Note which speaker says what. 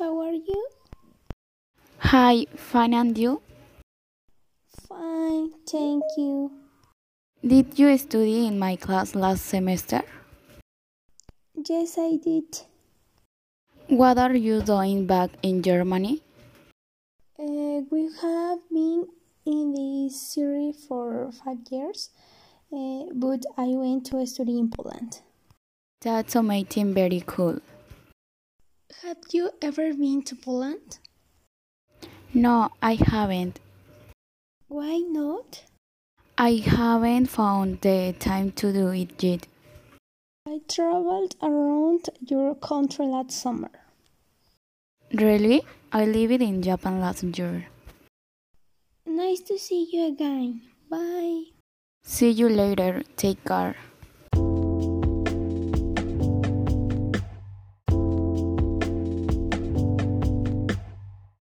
Speaker 1: you?
Speaker 2: Hi, fine and you?
Speaker 1: Fine, thank you.
Speaker 2: Did you study in my class last semester?
Speaker 1: Yes, I did.
Speaker 2: What are you doing back in Germany?
Speaker 1: Uh, we have been in the city for five years, uh, but I went to study in Poland.
Speaker 2: That's amazing, very cool.
Speaker 1: Have you ever been to Poland?
Speaker 2: No, I haven't.
Speaker 1: Why not?
Speaker 2: I haven't found the time to do it yet.
Speaker 1: I traveled around your country last summer.
Speaker 2: Really? I lived in Japan last year.
Speaker 1: Nice to see you again. Bye.
Speaker 2: See you later. Take care.